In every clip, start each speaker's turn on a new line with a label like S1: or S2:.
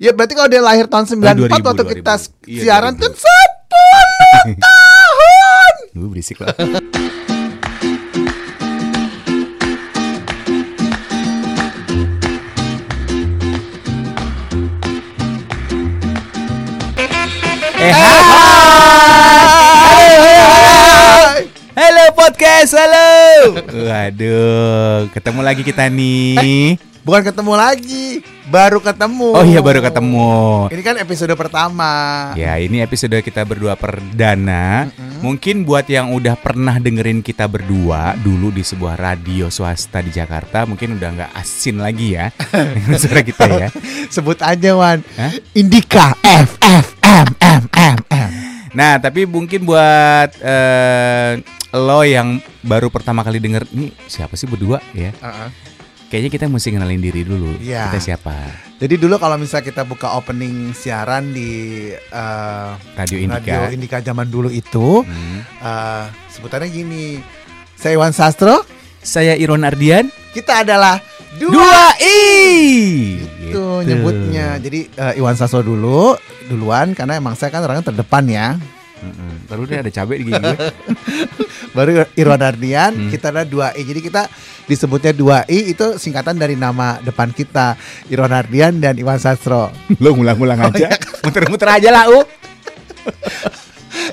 S1: Ya berarti kalau dia lahir tahun 94
S2: 2000,
S1: waktu kita
S2: 2000. Iya,
S1: siaran
S2: 2000.
S1: kan 10 tahun.
S2: Lu berisik lah. Eh,
S1: Hai.
S2: halo podcast, halo. Waduh, ketemu lagi kita nih.
S1: Bukan ketemu lagi, baru ketemu.
S2: Oh iya, baru ketemu.
S1: Ini kan episode pertama.
S2: Ya, ini episode kita berdua perdana. Mungkin buat yang udah pernah dengerin kita berdua dulu di sebuah radio swasta di Jakarta, mungkin udah nggak asin lagi ya dengan suara kita ya.
S1: Sebut aja Wan.
S2: Hah?
S1: Indika F F M M M M.
S2: Nah, tapi mungkin buat eh, lo yang baru pertama kali denger, ini siapa sih berdua ya? Kayaknya kita mesti kenalin diri dulu.
S1: Iya.
S2: Kita siapa?
S1: Jadi dulu kalau misalnya kita buka opening siaran di eh,
S2: Radio Indika.
S1: radio Indika zaman dulu itu,
S2: Hmm.
S1: eh, sebutannya gini. Saya Iwan Sastro,
S2: Saya Iron Ardian.
S1: kita adalah dua
S2: Dua i. Gitu.
S1: itu Gitu, nyebutnya. Jadi eh, Iwan Sastro dulu duluan karena emang saya kan orangnya terdepan ya.
S2: Mm-mm. Baru deh ada cabai di gigi gue.
S1: Baru Irwan Ardian,
S2: Hmm.
S1: kita ada 2I. Jadi kita disebutnya 2I itu singkatan dari nama depan kita, Irwan Ardian dan Iwan Sastro.
S2: Lo
S1: Oh,
S2: ngulang-ngulang
S1: iya.
S2: aja Muter-muter aja lah U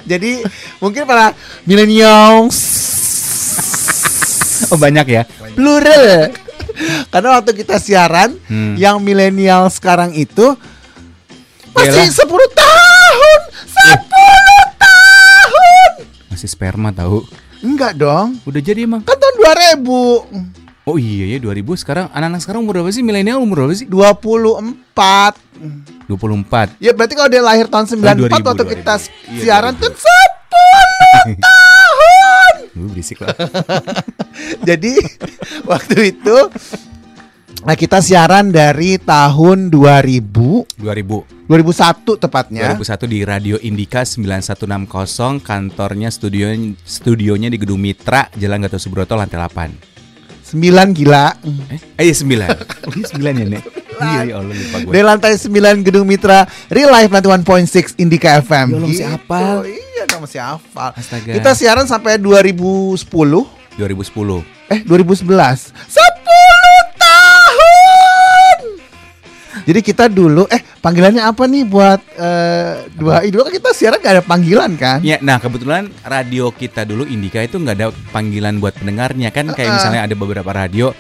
S1: Jadi mungkin para milenials
S2: Oh banyak ya
S1: plural. Karena waktu kita siaran
S2: Hmm.
S1: yang milenial sekarang itu masih
S2: Yalah.
S1: 10 tahun,
S2: Eh.
S1: 10 tahun.
S2: Masih sperma tahu
S1: Enggak dong.
S2: Udah jadi emang
S1: Kan tahun 2000.
S2: Oh iya ya 2000 sekarang Anak-anak sekarang umur berapa sih? Milenial umur berapa sih?
S1: 24
S2: 24
S1: Ya berarti kalau dia lahir tahun 94
S2: 2000,
S1: waktu kita
S2: 2000.
S1: siaran
S2: Iya,
S1: tuh 10 tahun
S2: Lu berisik lah
S1: Jadi waktu itu Nah kita siaran dari tahun 2000
S2: 2000
S1: 2001 tepatnya
S2: 2001 di Radio Indika 9160 Kantornya studio studionya di Gedung Mitra Jalan Gatot Subroto lantai 8
S1: 9 gila
S2: Eh, eh iya 9 Oh iya 9 ya Nek Iya ya Allah lupa gue
S1: Dari lantai 9 Gedung Mitra Real Life 91.6 Indika FM
S2: Ya Allah, masih
S1: Gitu.
S2: hafal.
S1: Iya dong masih hafal
S2: Astaga.
S1: Kita siaran sampai 2010
S2: 2010
S1: Eh 2011 10 tahun Jadi kita dulu Eh panggilannya apa nih buat eh, Dua i Dulu kan kita siaran gak ada panggilan kan
S2: Ya, nah kebetulan radio kita dulu Indika itu nggak ada panggilan buat pendengarnya kan kayak misalnya ada beberapa radio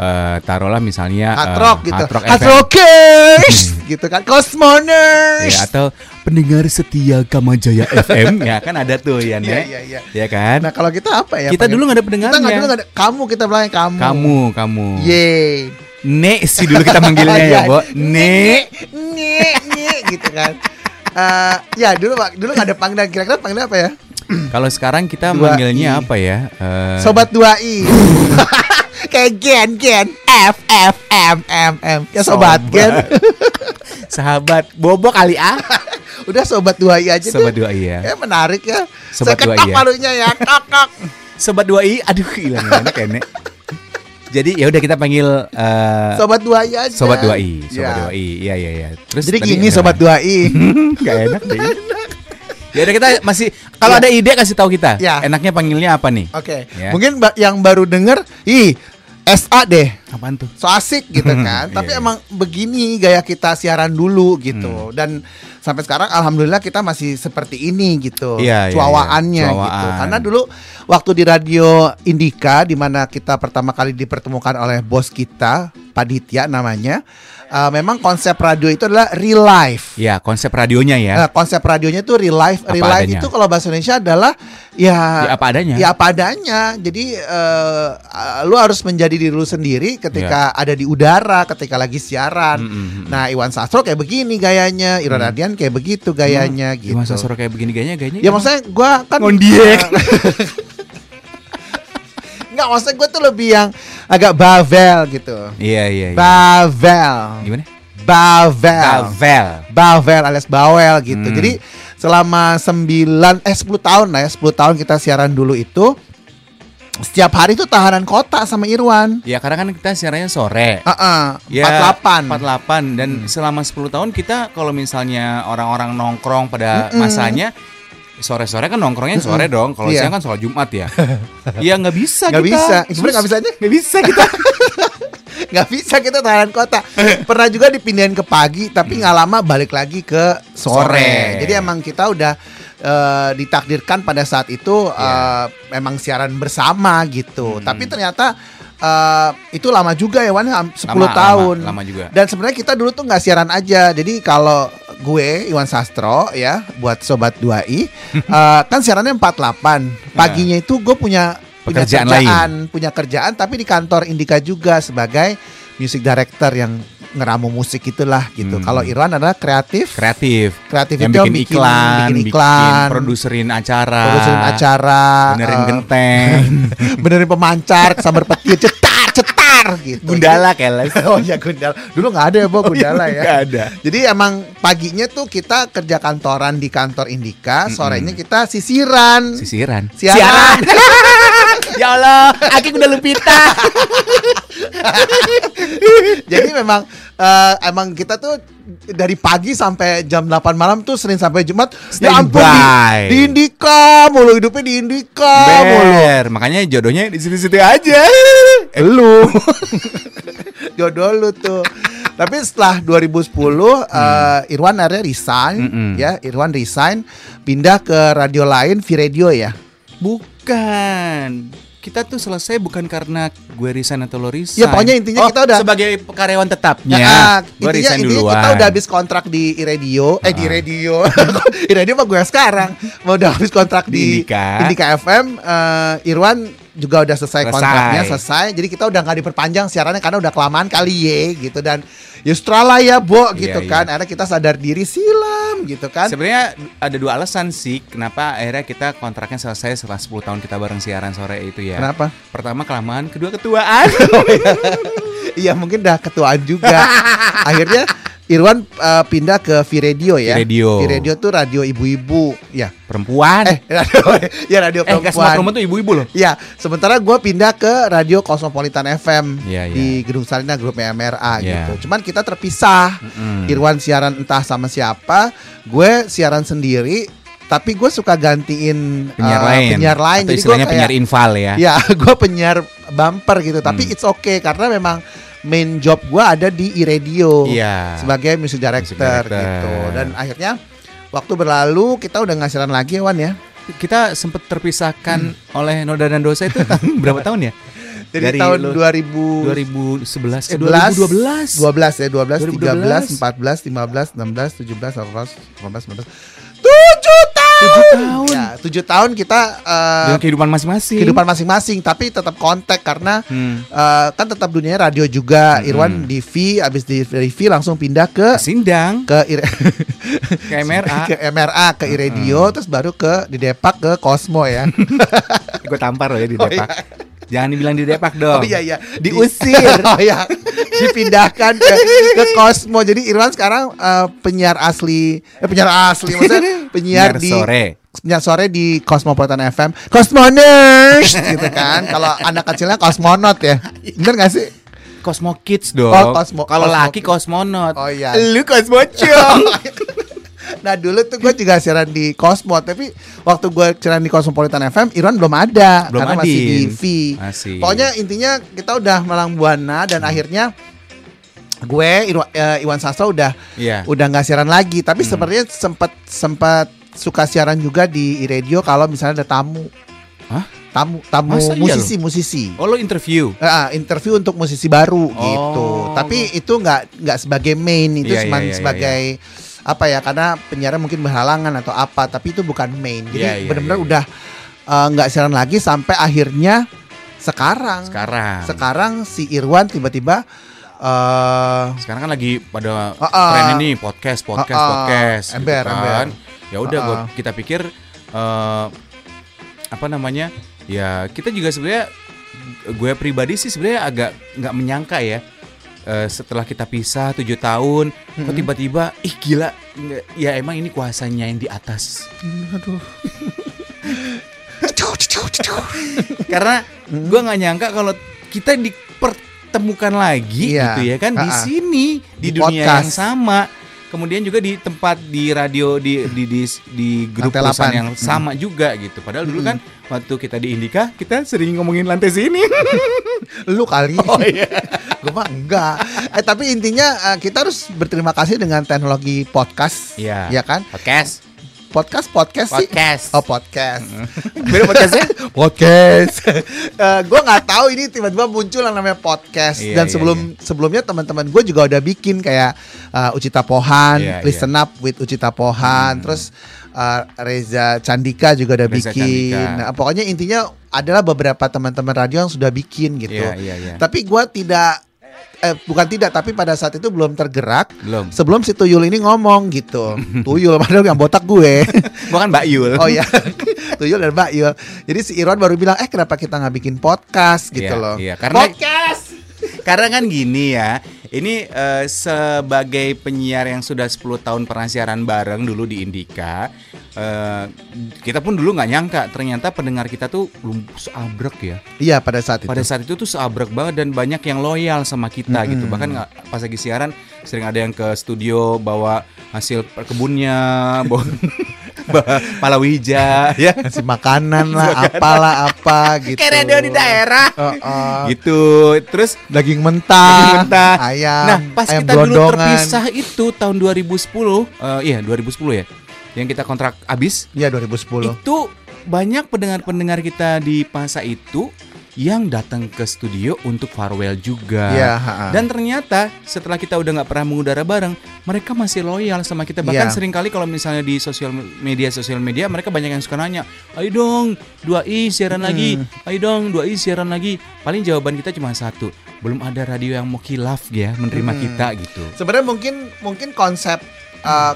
S2: eh taruhlah misalnya
S1: Hard
S2: eh,
S1: rock gitu
S2: Hard Rock Hmm.
S1: Hard
S2: FM.
S1: Rockers Gitu kan
S2: Ya,
S1: Cosmoners
S2: atau pendengar setia Kamajaya FM ya kan ada tuh
S1: Iya
S2: ya Nek.
S1: iya iya
S2: Ya kan?
S1: Nah kalau kita apa ya
S2: kita
S1: panggil-
S2: dulu nggak ada
S1: Kita
S2: pendengarnya.
S1: nggak dulu nggak ada Kamu kita bilangnya kamu
S2: Kamu, kamu.
S1: Yeay
S2: Nek sih dulu kita manggilnya
S1: Iya,
S2: ya, Bo. Nek.
S1: Nek Nek Gitu kan Eh, Ya dulu Pak, dulu nggak ada panggilan Kira-kira panggilan apa ya
S2: Kalau sekarang kita
S1: Dua I.
S2: manggilnya apa ya? Eh,
S1: Sobat 2i Kayak gen gen F F M M M Ya sobat,
S2: Sobat.
S1: gen
S2: sahabat Bobo kali ah.
S1: Udah sobat 2i aja
S2: Sobat
S1: deh
S2: dua i ya.
S1: Ya menarik ya
S2: Sobat
S1: Saya
S2: 2i
S1: ketok
S2: ya.
S1: palunya ya Kok kok
S2: Sobat 2i, aduh hilang enak ya, Nek. Jadi ya udah kita panggil eh,
S1: Sobat 2i aja
S2: Sobat 2i, Sobat
S1: Ya.
S2: 2i. Iya iya iya. Terus
S1: Jadi
S2: tadi
S1: gini
S2: kenapa?
S1: sobat 2i
S2: Nggak enak deh. Ya udah kita masih kalau
S1: Iya.
S2: ada ide kasih tahu kita.
S1: Iya.
S2: Enaknya panggilnya apa nih?
S1: Oke
S2: Ya.
S1: Mungkin ba- yang baru denger Ih SA deh
S2: Apaan tuh?
S1: so asik gitu kan. Tapi
S2: Iya, Hmm. iya.
S1: emang begini gaya kita siaran dulu gitu. Dan sampai sekarang alhamdulillah kita masih seperti ini gitu.
S2: Iya, iya, iya.
S1: cuawaannya gitu.
S2: Cuawaan.
S1: Karena dulu waktu di radio Indika di mana kita pertama kali dipertemukan oleh bos kita Paditya namanya. eh, memang konsep radio itu adalah real life.
S2: Ya, konsep radionya ya.
S1: Nah, konsep radionya itu real life.
S2: Apa
S1: Real life
S2: adanya.
S1: itu kalau bahasa Indonesia adalah
S2: Ya,
S1: ya
S2: apa adanya.
S1: Ya apa adanya. Jadi eh, eh, lu harus menjadi diri lu sendiri ketika ada di udara, ketika lagi siaran.
S2: Mm, mm, mm.
S1: Nah, Iwan Sastro kayak begini gayanya, Iron Ardian kayak begitu gayanya gitu.
S2: Gimana Ya, suara kayak begini gayanya gayanya?
S1: Ya maksudnya gua kan
S2: Ngondiek.
S1: Enggak, maksudnya gue tuh lebih yang agak bavel gitu.
S2: Iya iya iya.
S1: Bavel.
S2: Gimana?
S1: Bavel.
S2: Kavel.
S1: Bawel alias bawel gitu.
S2: Hmm.
S1: Jadi selama 9 eh 10 tahun lah ya, 10 tahun kita siaran dulu itu setiap hari tuh tahanan kota sama Irwan.
S2: Ya karena kan kita siarannya sore.
S1: Ah, ah,
S2: Ya,
S1: 48.
S2: 48 dan
S1: Hmm.
S2: selama 10 tahun kita kalau misalnya orang-orang nongkrong pada
S1: Hmm.
S2: masanya sore-sore kan nongkrongnya sore dong. Kalau
S1: Iya.
S2: siang kan sholat Jumat ya. Iya nggak bisa
S1: Nggak
S2: kita.
S1: bisa. Sebenarnya nggak bisa aja.
S2: Nggak bisa kita.
S1: Nggak bisa kita tahanan kota. Pernah juga dipindahin ke pagi, tapi nggak lama balik lagi ke sore.
S2: Sore.
S1: Jadi emang kita udah eh, ditakdirkan pada saat itu eh, memang siaran bersama gitu.
S2: Iya. Hmm.
S1: Tapi ternyata eh, itu lama juga ya, Wan, ham- 10
S2: Lama, lama,
S1: tahun.
S2: Lama, juga.
S1: Dan sebenarnya kita dulu tuh nggak siaran aja. Jadi kalau gue Iwan Sastro ya buat sobat 2i eh, kan siarannya 48. Paginya itu gue punya punya
S2: Nah. Pekerjaan
S1: punya kerjaan tapi di kantor Indika juga sebagai music director yang ngeramu musik itulah gitu.
S2: Hmm.
S1: Kalau Irwan adalah kreatif,
S2: Kreatif.
S1: kreatif
S2: Yang
S1: itu
S2: bikin, iklan,
S1: bikin
S2: bikin
S1: iklan,
S2: produserin acara.
S1: produserin acara,
S2: Benerin
S1: eh,
S2: genteng.
S1: benerin pemancar, sambar petir, cetar, cetar gitu.
S2: Gundala keles.
S1: oh ya Gundala. Dulu nggak ada ya, Bo, Gundala ya.
S2: Nggak ada.
S1: Jadi emang paginya tuh kita kerja kantoran di kantor Indika,
S2: Mm-mm.
S1: sorenya kita sisiran.
S2: Sisiran.
S1: Siaran.
S2: ya Allah, Aki udah lupita.
S1: Jadi memang eh, emang kita tuh dari pagi sampai jam 8 malam tuh Senin sampai Jumat. Ya ampun di,
S2: Standby.
S1: di Indika mulu hidupnya di Indika Oh, mulu.
S2: Ber, makanya jodohnya di situ-situ aja. Eh,
S1: Lu jodoh lu tuh. Tapi setelah 2010 eh, Irwan akhirnya resign
S2: Hmm. Mm-mm.
S1: ya, Irwan resign pindah ke radio lain, V Radio ya.
S2: Bukan. Kita tuh selesai bukan karena gue resign atau lo resign.
S1: Ya,
S2: Oh,
S1: pokoknya intinya kita udah-
S2: sebagai karyawan tetapnya.
S1: Nah, intinya,
S2: gue Ya, ah, resign
S1: intinya
S2: duluan.
S1: kita udah habis kontrak di Iradio, eh di
S2: Ah.
S1: radio. Iradio mah gue sekarang. Mau udah habis kontrak
S2: Di
S1: di,
S2: Indika.
S1: Indika FM, eh, Irwan juga udah selesai,
S2: Selesai.
S1: kontraknya selesai. Jadi kita udah nggak diperpanjang siarannya karena udah kelamaan kali ye gitu dan ya setelah ya, Bo gitu
S2: Iya,
S1: kan. Akhirnya kita sadar diri silam gitu kan.
S2: Sebenarnya ada dua alasan sih kenapa akhirnya kita kontraknya selesai setelah 10 tahun kita bareng siaran sore itu ya.
S1: Kenapa?
S2: Pertama kelamaan, kedua ketuaan.
S1: Iya mungkin dah ketuaan juga. Akhirnya Irwan eh, pindah ke V Radio ya.
S2: V Radio.
S1: V Radio tuh radio ibu-ibu ya.
S2: Perempuan. Eh,
S1: Eh, radio, ya radio
S2: gas
S1: perempuan.
S2: Smart Room tuh ibu-ibu loh.
S1: Ya, sementara gue pindah ke Radio Kosmopolitan FM
S2: Iya,
S1: di Gedung Sarina grupnya MRA
S2: Iya.
S1: gitu. Cuman kita terpisah.
S2: Mm.
S1: Irwan siaran entah sama siapa, gue siaran sendiri. Tapi gue suka gantiin eh,
S2: penyiar lain.
S1: penyiar lain.
S2: Atau
S1: Jadi gue
S2: istilahnya
S1: kayak-
S2: penyiar infal ya.
S1: ya gue penyiar bumper gitu. Tapi
S2: Hmm.
S1: it's okay karena memang main job gue ada di iRadio
S2: Iya.
S1: sebagai music director,
S2: director.
S1: gitu. Dan akhirnya waktu berlalu kita udah nggak siaran lagi, Wan ya.
S2: kita sempat terpisahkan oleh noda dan dosa itu ta- berapa tahun ya?
S1: Jadi Hmm. tahun
S2: lo-
S1: 2000
S2: 2011 ke
S1: 2012
S2: 2012.
S1: 12 ya 12,
S2: 2012,
S1: 13, 14, 15, 16, 17, 18, 19, 7 tahun.
S2: 7 tahun.
S1: Ya, 7 tahun kita eh,
S2: Dengan kehidupan masing-masing.
S1: kehidupan masing-masing tapi tetap kontak karena
S2: hmm.
S1: eh, kan tetap dunianya radio juga.
S2: Mm-mm.
S1: Irwan di V abis di dari V langsung pindah ke
S2: Sindang
S1: ke I-
S2: ke MRA
S1: ke MRA ke iRadio terus baru ke di Depak ke Cosmo ya.
S2: Gue tampar loh ya di
S1: Oh,
S2: Depak Jangan dibilang di Depak dong
S1: Oh iya iya
S2: Diusir.
S1: oh iya Dipindahkan ke, ke Cosmo Jadi Irwan sekarang eh, penyiar asli eh, Penyiar asli Maksudnya penyiar,
S2: Biar
S1: di
S2: sore
S1: Penyiar sore di Cosmopolitan FM Cosmoners Gitu kan Kalau anak kecilnya Cosmonaut ya Bener gak sih?
S2: Cosmo Kids dong
S1: Oh, Cosmo-
S2: Kalau
S1: Cosmo
S2: laki
S1: Kids.
S2: kosmonaut
S1: Oh iya
S2: Lu Cosmocong
S1: Nah dulu tuh gue juga siaran di Cosmo Tapi waktu gue siaran di Cosmopolitan FM Irwan belum ada
S2: Belum
S1: Karena masih di
S2: adin.
S1: V
S2: Masih
S1: Pokoknya intinya kita udah malang buana dan akhirnya gue Irwa- eh, Iwan Sastro udah
S2: Iya Hmm.
S1: udah nggak siaran lagi. Tapi sebenarnya sempat sempat suka siaran juga di radio kalau misalnya ada tamu.
S2: Hah?
S1: Tamu tamu
S2: Masa iya
S1: musisi musisi.
S2: Oh lo interview
S1: Eh, ah, interview untuk musisi baru
S2: Oh.
S1: gitu. Tapi itu nggak nggak sebagai main itu
S2: Iya,
S1: cuma
S2: iya, iya,
S1: sebagai apa ya? Karena penyiaran mungkin berhalangan atau apa. Tapi itu bukan main. Jadi
S2: Iya, iya,
S1: benar-benar
S2: iya, iya.
S1: udah eh, nggak siaran lagi sampai akhirnya sekarang.
S2: Sekarang
S1: Sekarang si Irwan tiba-tiba eh
S2: Sekarang kan lagi pada
S1: Ah, ah.
S2: tren ini podcast, podcast,
S1: Ah, ah.
S2: podcast, gitu
S1: Ember, ember.
S2: Ya udah,
S1: Ah,
S2: gua-
S1: ah.
S2: kita pikir eh, apa namanya? Ya kita juga sebenarnya, gue pribadi sih sebenarnya agak nggak menyangka ya. eh, setelah kita pisah 7 tahun, kok tiba-tiba, ih gila, nggak- ya emang ini kuasanya yang di atas.
S1: aduh.
S2: Karena
S1: Hmm.
S2: gua nggak nyangka kalau kita dipertemukan lagi
S1: Iya.
S2: gitu ya kan di
S1: Ha-ha.
S2: sini
S1: Di
S2: di, dunia yang
S1: podcast.
S2: sama. Kemudian juga di tempat di radio di di di, di grup
S1: Lantai Hmm.
S2: perusahaan
S1: lapan.
S2: yang sama juga gitu. Padahal dulu kan waktu kita di Indika kita sering ngomongin lantai sini.
S1: Lu kali.
S2: Oh iya.
S1: Gue mah enggak. Eh tapi intinya eh, kita harus berterima kasih dengan teknologi podcast.
S2: Iya.
S1: Ya kan?
S2: Podcast,
S1: Podcast podcast sih.
S2: podcast.
S1: Oh podcast.
S2: Beda podcastnya?
S1: podcast. Eh gue nggak tahu ini tiba-tiba muncul yang namanya podcast.
S2: Iya,
S1: Dan
S2: iya,
S1: sebelum sebelumnya teman-teman gue juga udah bikin kayak eh, Ucita Pohan,
S2: Iya, Hmm.
S1: Listen Up with Ucita Pohan, terus eh, Reza Candika juga udah
S2: Reza
S1: bikin.
S2: Candika.
S1: Nah, pokoknya intinya adalah beberapa teman-teman radio yang sudah bikin gitu.
S2: Iya, iya, iya.
S1: Tapi gue tidak eh bukan tidak tapi pada saat itu belum tergerak
S2: Belum.
S1: sebelum si tuyul ini ngomong gitu tuyul padahal yang botak gue
S2: Gua kan Mbak Yul.
S1: Oh iya, Tuyul dan Mbak Yul. Jadi si Irwan baru bilang, eh kenapa kita nggak bikin podcast gitu
S2: Iya,
S1: loh?
S2: iya, karena-
S1: podcast.
S2: Karena kan gini ya, ini eh, sebagai penyiar yang sudah 10 tahun pernah siaran bareng dulu di Indika, eh, kita pun dulu nggak nyangka ternyata pendengar kita tuh belum seabrek ya.
S1: Iya pada saat itu.
S2: Pada saat itu tuh seabrek banget dan banyak yang loyal sama kita gitu. Bahkan nggak- pas lagi siaran sering ada yang ke studio bawa hasil kebunnya, bawa, bawa palawija ya.
S1: Si makanan lah, apalah apa gitu.
S2: Kayak radio di daerah.
S1: Heeh.
S2: Gitu. Terus eh,
S1: Daging mentah,
S2: Daging mentah.
S1: ayam,
S2: Nah, pas
S1: ayam
S2: kita dulu
S1: blodongan.
S2: terpisah itu tahun 2010, eh, iya 2010 ya, yang kita kontrak abis,
S1: Iya 2010.
S2: itu banyak pendengar-pendengar kita di Pasa itu yang datang ke studio untuk farewell juga.
S1: Iya, ha-ha.
S2: Dan ternyata setelah kita udah nggak pernah mengudara bareng, mereka masih loyal sama kita. Bahkan
S1: Iya.
S2: sering kali kalau misalnya di sosial media sosial media mereka banyak yang suka nanya, "Ayo dong, dua i siaran
S1: Hmm.
S2: lagi. Ayo dong, dua i siaran lagi." Paling jawaban kita cuma satu, belum ada radio yang mau kilaf ya menerima
S1: Hmm.
S2: kita gitu.
S1: Sebenarnya mungkin mungkin konsep eh,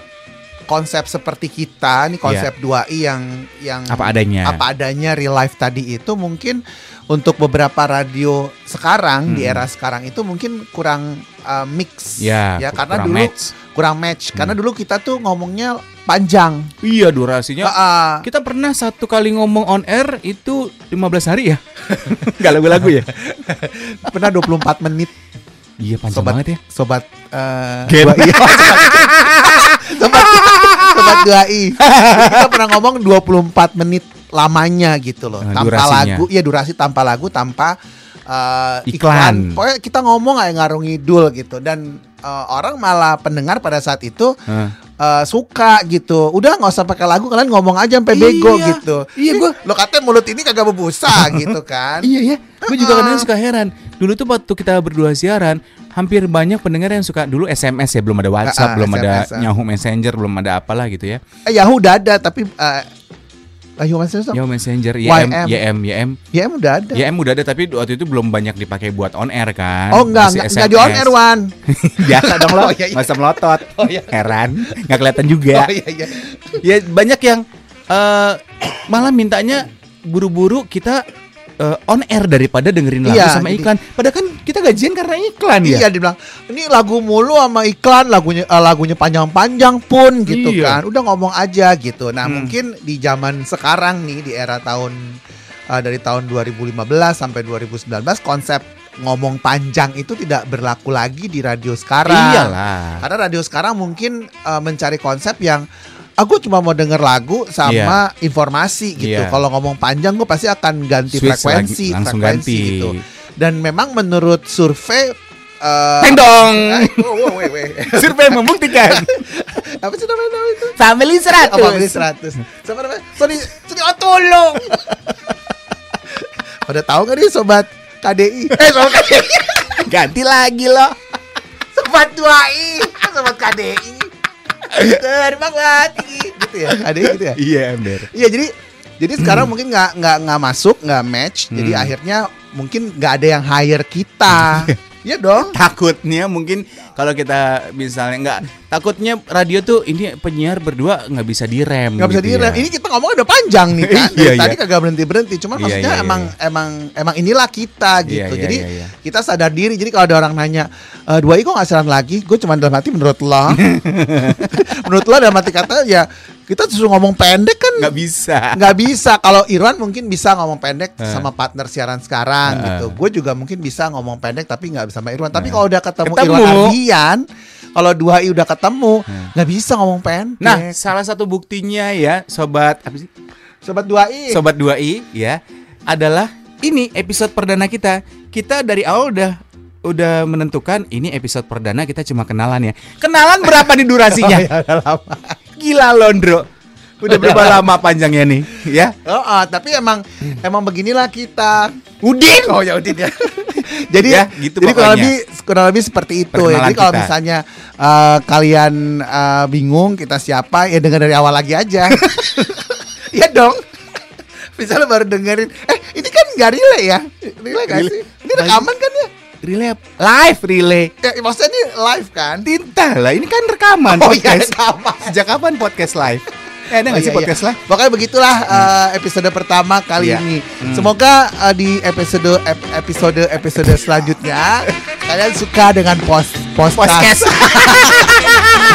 S1: konsep seperti kita nih konsep 2i yang yang
S2: Iya. Apa adanya.
S1: apa adanya real life tadi itu mungkin untuk beberapa radio sekarang di
S2: Hmm.
S1: era sekarang itu mungkin kurang uh, mix
S2: Ya, ku-
S1: karena
S2: kurang
S1: dulu
S2: match. Hmm.
S1: kurang match karena dulu kita tuh ngomongnya panjang
S2: Iya durasinya.
S1: Ah, ah.
S2: Kita pernah satu kali ngomong on air itu 15 hari ya? Gak lagu-lagu ya?
S1: pernah 24 menit
S2: Iya panjang
S1: Sobat-
S2: banget ya.
S1: sobat eh,
S2: Gen.
S1: dua i sobat sobat dua i kita pernah ngomong 24 menit lamanya gitu loh
S2: Nah,
S1: tanpa
S2: durasinya.
S1: lagu ya durasi tanpa lagu tanpa eh,
S2: Iklan.
S1: pokoknya kita ngomong kayak ngarung ngidul gitu dan eh, orang malah pendengar pada saat itu
S2: Heeh.
S1: eh, suka gitu udah nggak usah pakai lagu kalian ngomong aja sampai bego
S2: Iya.
S1: gitu
S2: Iya,
S1: Ih,
S2: gua-
S1: lo katanya mulut ini kagak berbusa gitu kan
S2: Iya ya, gue juga
S1: Uh-uh.
S2: kadang suka heran. Dulu tuh waktu kita berdua siaran, hampir banyak pendengar yang suka dulu SMS ya, belum ada WhatsApp,
S1: Ah, ah,
S2: belum ada
S1: SMS, ah.
S2: Yahoo Messenger, belum ada apalah gitu ya.
S1: eh, Yahoo udah ada tapi eh Yahoo Messenger
S2: Yahoo Messenger, YM, YM, YM, YM,
S1: YM udah ada
S2: udah ada tapi waktu itu belum banyak dipakai buat on air kan.
S1: Oh enggak,
S2: Masih
S1: enggak, enggak di on
S2: SMS.
S1: air Wan
S2: Biasa dong lo,
S1: Oh, iya, iya.
S2: masa melotot. Heran, nggak kelihatan juga.
S1: Oh iya iya
S2: ya banyak yang eh, malah mintanya buru-buru kita eh, on air daripada dengerin lagu
S1: Iya,
S2: sama
S1: jadi-
S2: iklan. Padahal kan kita gajian karena iklan
S1: Iya
S2: ya.
S1: dibilang Ini lagu mulu sama iklan Lagunya eh, lagunya panjang-panjang pun gitu kan
S2: Iya.
S1: Udah ngomong aja gitu Nah
S2: Hmm.
S1: mungkin di zaman sekarang nih Di era tahun eh, Dari tahun 2015 sampai 2019 Konsep ngomong panjang itu tidak berlaku lagi di radio sekarang
S2: Iyalah.
S1: Karena radio sekarang mungkin eh, mencari konsep yang Aku cuma mau denger lagu sama informasi gitu.
S2: Iya.
S1: Kalau ngomong panjang, gue pasti akan ganti
S2: Switch
S1: frekuensi,
S2: lagi- langsung
S1: frekuensi
S2: ganti. Eh.
S1: gitu. Dan memang menurut survei eh,
S2: Tendong.
S1: eh, wow, wow, wait, wait.
S2: Survei membuktikan.
S1: apa sih namanya namanya itu?
S2: Family
S1: Oh, Pabli 100. Siapa namanya? Sorry, sorry, oh tolong. Udah tahu gak nih sobat KDI? Eh, sobat KDI.
S2: Ganti lagi loh.
S1: sobat 2I, sobat KDI. Terbang lagi gitu ya. KDI gitu ya.
S2: Iya, ember.
S1: Iya jadi jadi sekarang mungkin nggak nggak nggak masuk nggak match jadi
S2: Hmm.
S1: akhirnya mungkin nggak ada yang hire kita Iya dong
S2: Takutnya mungkin kalau kita misalnya nggak takutnya radio tuh ini penyiar berdua nggak bisa direm.
S1: nggak bisa
S2: gitu
S1: direm
S2: ya.
S1: ini kita ngomong udah panjang nih kan
S2: Iya,
S1: Dari tadi
S2: iya.
S1: kagak berhenti berhenti cuman
S2: Iya,
S1: maksudnya
S2: iya, iya,
S1: emang emang emang inilah kita gitu
S2: Iya, iya,
S1: jadi
S2: iya, iya.
S1: kita sadar diri jadi kalau ada orang nanya e, dua i kok nggak siaran lagi gue cuma dalam hati menurut lo menurut lo dalam hati kata ya Kita justru ngomong pendek kan
S2: nggak bisa.
S1: nggak bisa kalau Irwan mungkin bisa ngomong pendek
S2: Eh.
S1: sama partner siaran sekarang
S2: Eh,
S1: gitu gue juga mungkin bisa ngomong pendek tapi nggak bisa sama Irwan tapi
S2: Eh.
S1: kalau udah ketemu,
S2: Ketemu.
S1: Irwan Ardian kalau dua i udah ketemu
S2: Eh.
S1: nggak bisa ngomong pendek
S2: Nah, salah satu buktinya ya, sobat apa sih?
S1: sobat dua i
S2: Sobat 2i ya adalah ini episode perdana kita. Kita dari awal udah udah menentukan ini episode perdana kita cuma kenalan ya. Kenalan berapa nih durasinya? Gila Londro. Udah berapa lama panjangnya nih, ya?
S1: Oh, ah, tapi emang emang beginilah kita
S2: Udin.
S1: oh ya Udin ya jadi
S2: Ya, gitu
S1: jadi kurang
S2: pokoknya.
S1: lebih kurang lebih seperti itu ya.
S2: Perkenalan
S1: jadi kalau
S2: kita.
S1: misalnya eh, kalian eh, bingung kita siapa ya dengar dari awal lagi aja ya dong misalnya baru dengerin eh ini kan nggak relay ya relay gak
S2: Relay.
S1: sih ini rekaman kan ya
S2: Relay apa? live relay.
S1: ya maksudnya ini live kan
S2: Tinta lah, ini kan rekaman
S1: oh iya
S2: podcast.
S1: rekaman
S2: Sejak kapan podcast live? Eh, ada
S1: Oh,
S2: nggak sih
S1: iya,
S2: podcast
S1: iya.
S2: live?
S1: Pokoknya begitulah uh, episode pertama kali
S2: Iya.
S1: ini.
S2: Hmm.
S1: Semoga uh, di episode ep- episode episode selanjutnya kalian suka dengan post podcast.
S2: Podcast.